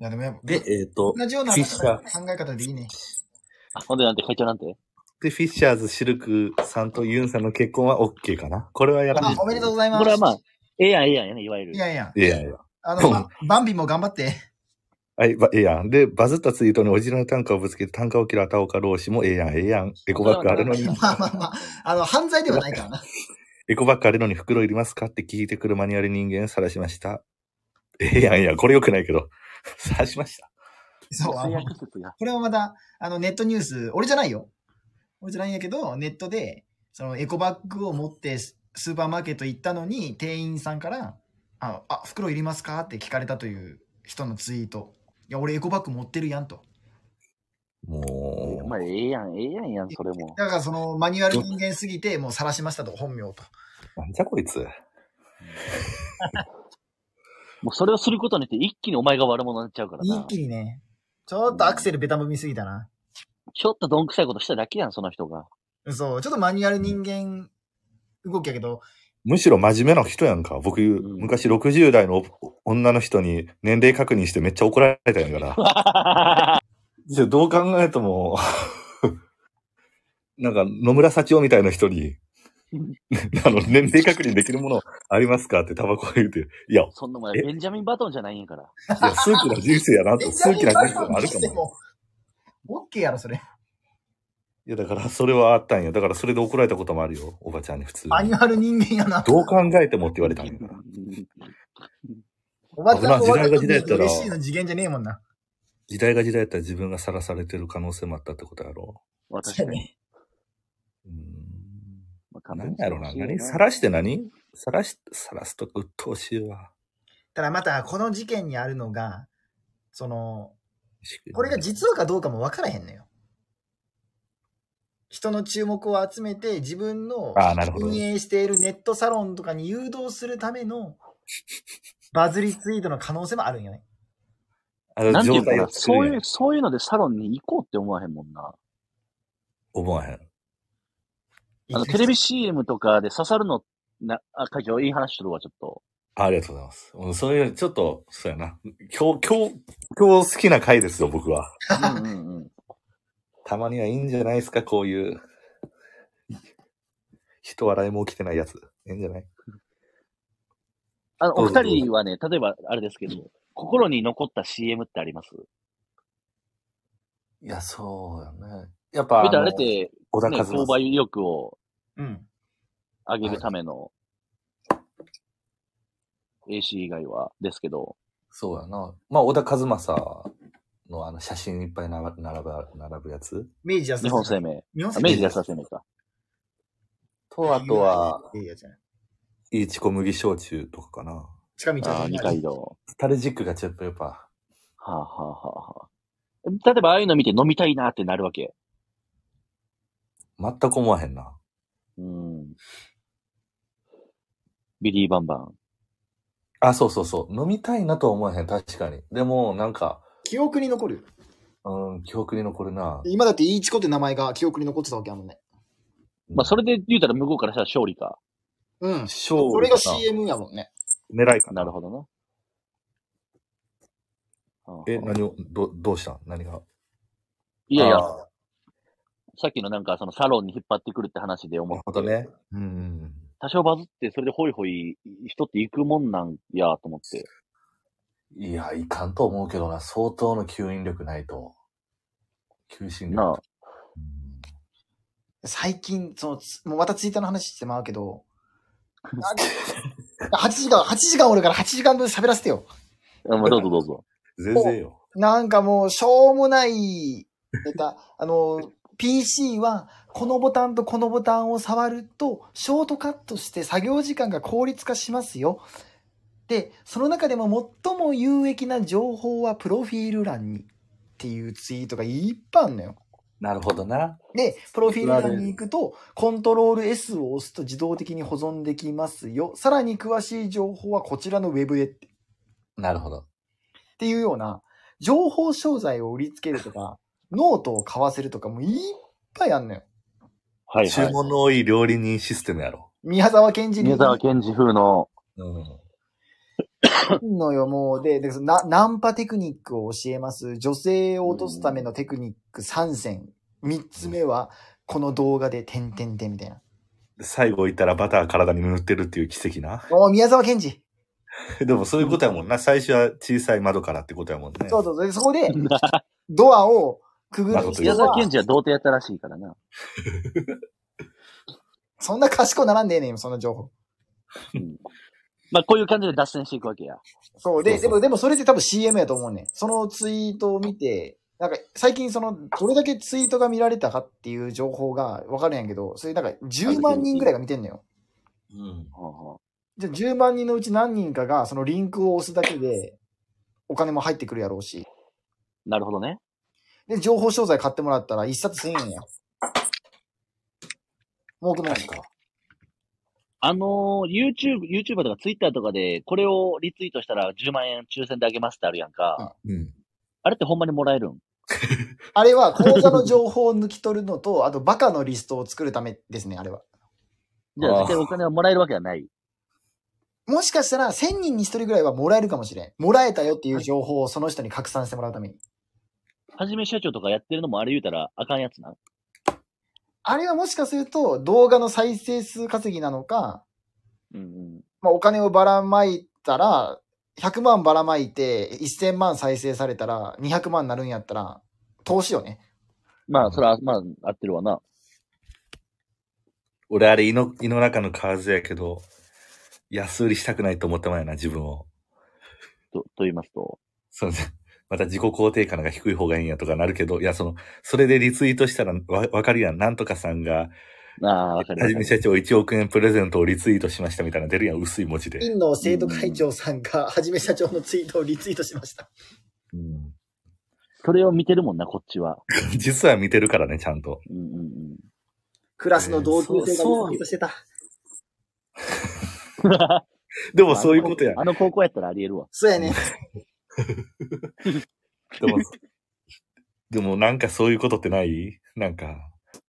いや、でもやっぱ、で、えっ、と、同じようなフィッシャー考え方でいいね。あ、なんでなんて、会長なんて。で、フィッシャーズ、シルクさんとユンさんの結婚は OK かなこれはやっぱあり、おめでとうございます。これはまあ、ええやん、ええやんやね、いわゆるい。やいや、いやいや。あの、ばバンビも頑張って。 はい、ばええやん。で、バズったツイートにオリジナル単価をぶつけて単価を切るあたおか老子もええやん、ええやん。エコバッグあるのにうまあん、まあまあ、あの、犯罪ではないから な。エコバッグあるのに袋いりますかって聞いてくるマニュアル人間晒しました。ええやん、いやん、これ良くないけど。晒しました。そう、あ最の悪説が。これはまた、あの、ネットニュース、俺じゃないよ。俺じゃないんやけど、ネットで、そのエコバッグを持ってススーパーマーケット行ったのに、店員さんから、あ、あ袋いりますかって聞かれたという人のツイート。いや、俺エコバッグ持ってるやんと。もお前、ええやん、ええやんやん、それも。だからそのマニュアル人間すぎて、もう晒しましたと、本名と。う、なんじゃこいつ。もうそれをすることによって、一気にお前が悪者になっちゃうから一な。気にね、ちょっとアクセルベタ踏みすぎたな。ちょっとどんくさいことしただけやん、その人が。そう、ちょっとマニュアル人間動きやけど、むしろ真面目な人やんか。僕、ん昔60代の女の人に年齢確認してめっちゃ怒られたんやから。じゃあどう考えても、 なんか野村幸男みたいな人に、あの、年齢確認できるものありますかってタバコ言うて、いや、いそんなお前、ベンジャミン・バトンじゃないん やから。や、数奇な人生やなと、数奇な人生があるかも。も。オッケーやろ、それ。いや、だから、それはあったんよ。だから、それで怒られたこともあるよ。おばちゃんに普通にマニュアル人間やな。どう考えてもって言われたんやから。おばちゃんと危ない時代が時代やったら嬉しいの次元じゃねえもんな。時代が時代やったら自分がさらされてる可能性もあったってことやろ。私かに。うーん。まあ何やろな。何ささららして何さらし、さらすと鬱陶しいわ。ただまた、この事件にあるのが、その、これが実実話かどうかも分からへんのよ。人の注目を集めて自分のあーなるほど運営しているネットサロンとかに誘導するためのバズりツイートの可能性もあるんよね。あのなんてい状うか態なを、作そうるんいやう、そういうのでサロンに行こうって思わへんもんな。思わへん。あの、テレビ CM とかで刺さるの、な、あ、会長、いい話するわ、ちょっと。ありがとうございます。うんそういう、ちょっと、そうやな。今日、今日、今日好きな回ですよ、僕は。うんうんうん。たまにはいいんじゃないですか、こういう。人笑いも起きてないやつ。いいんじゃないあの、どおうぞ二人はね、例えば、あれですけど、心に残った CM ってありますいや、そうやね。やっぱ、言うたらあれのって、小ね、田和購正。買意欲をうん。上げるための、AC 以外は、ですけど、そうやな。まあ、小田和正のあの写真いっぱいなが並ぶ、並ぶやつ明治安田日本生命、日本あ生明治安田生命か。と、あとは、いいやつやいいチコ麦焼酎とかかな。近道ああ、二階堂。スタルジックがちょっとやっぱ、はあ、はあはあはあ、例えば、ああいうの見て飲みたいなってなるわけ。全く思わへんな。うん。ビリー・バンバン。あ、そうそうそう。飲みたいなとは思わへん、確かに。でも、なんか、記憶に残る。うん、記憶に残るな。今だってイーチコって名前が記憶に残ってたわけやもんね。まあ、それで言うたら向こうからしたら勝利か。うん。勝利それがかな CM やもんね。狙いかなな。るほどな。ああえ、何を、ど、どうしたん何が。いやいや、あーさっきのなんかそのサロンに引っ張ってくるって話で思なっるて、ほどね。うんうんうん。多少バズってそれでホイホイ人って行くもんなんやと思って。いや、いかんと思うけどな、相当の吸引力ないと。求心な力。あ、うん最近、その、つもうまたツイッターの話してまうけ ど、8時間、8時間おるから8時間分喋らせてよ。あまあ、どうぞどうぞ。全然よ。なんかもう、しょうもない、ネタ、 あの、PC は、このボタンとこのボタンを触ると、ショートカットして作業時間が効率化しますよ。で、その中でも最も有益な情報はプロフィール欄にっていうツイートがいっぱいあんのよ。なるほどな。で、プロフィール欄に行くと、コントロール S を押すと自動的に保存できますよ。さらに詳しい情報はこちらのウェブへってなるほど。っていうような、情報商材を売りつけると か、ノートを買わせるとか、もういっぱいあんのよ。 はいは注い。文の多い料理人システムやろ。宮沢賢治に宮沢賢治風の、うん。のよ、もう。で、でそのナナンパテクニックを教えます。女性を落とすためのテクニック3選。3つ目は、この動画で、てんてんてんみたいな。最後行ったらバター体に塗ってるっていう奇跡な。 おー宮沢賢治。でもそういうことやもんな。最初は小さい窓からってことやもんね。そうそうそう。でそこ で、ドアをくぐる人宮沢は、賢治は童貞やったらしいからな。そんな賢くならんでええねん、今そんな情報。うんまあ、こういう感じで脱線していくわけや。そう。で、そうそでうも、でもそれって多分 CM やと思うねん。そのツイートを見て、なんか最近その、どれだけツイートが見られたかっていう情報がわかるんやけど、それなんか10万人ぐらいが見てんのよ。うん。ほうほうじゃあ10万人のうち何人かがそのリンクを押すだけでお金も入ってくるやろうし、なるほどね。で、情報商材買ってもらったら1冊1000円や。儲けもない。あのー、YouTube、YouTuber とか Twitter とかで、これをリツイートしたら10万円抽選であげますってあるやんか。うんうん。あれってほんまにもらえるんあれは口座の情報を抜き取るのと、あとバカのリストを作るためですね、あれは。じゃあ、あー絶対お金はもらえるわけはない。もしかしたら1000人に1人ぐらいはもらえるかもしれん。もらえたよっていう情報をその人に拡散してもらうために。はじめ社長とかやってるのもあれ言うたらあかんやつな。あれはもしかすると動画の再生数稼ぎなのか、うんうん。まあ、お金をばらまいたら、100万ばらまいて1000万再生されたら200万になるんやったら、投資よね。まあ、それは、まあ、合ってるわな。俺あれ胃の、胃の中の蛙やけど、安売りしたくないと思ったもんやな、自分を。と、と言いますと。そうです。 また自己肯定感が低い方がいいんやとかなるけど、いや、その、それでリツイートしたらわわかるやん。なんとかさんが、ああ、わかりはまじめした。社長1億円プレゼントをリツイートしましたみたいな出るやん、薄い文字で。院の生徒会長さんが、はじめ社長のツイートをリツイートしました。うん、 それを見てるもんな、こっちは。実は見てるからね、ちゃんと。うんうんうん。クラスの同級生がリツイートしてた。 でもそういうことやんあ。の高校やったらあり得るわ。そうやね。でも、でもなんかそういうことってないなんか、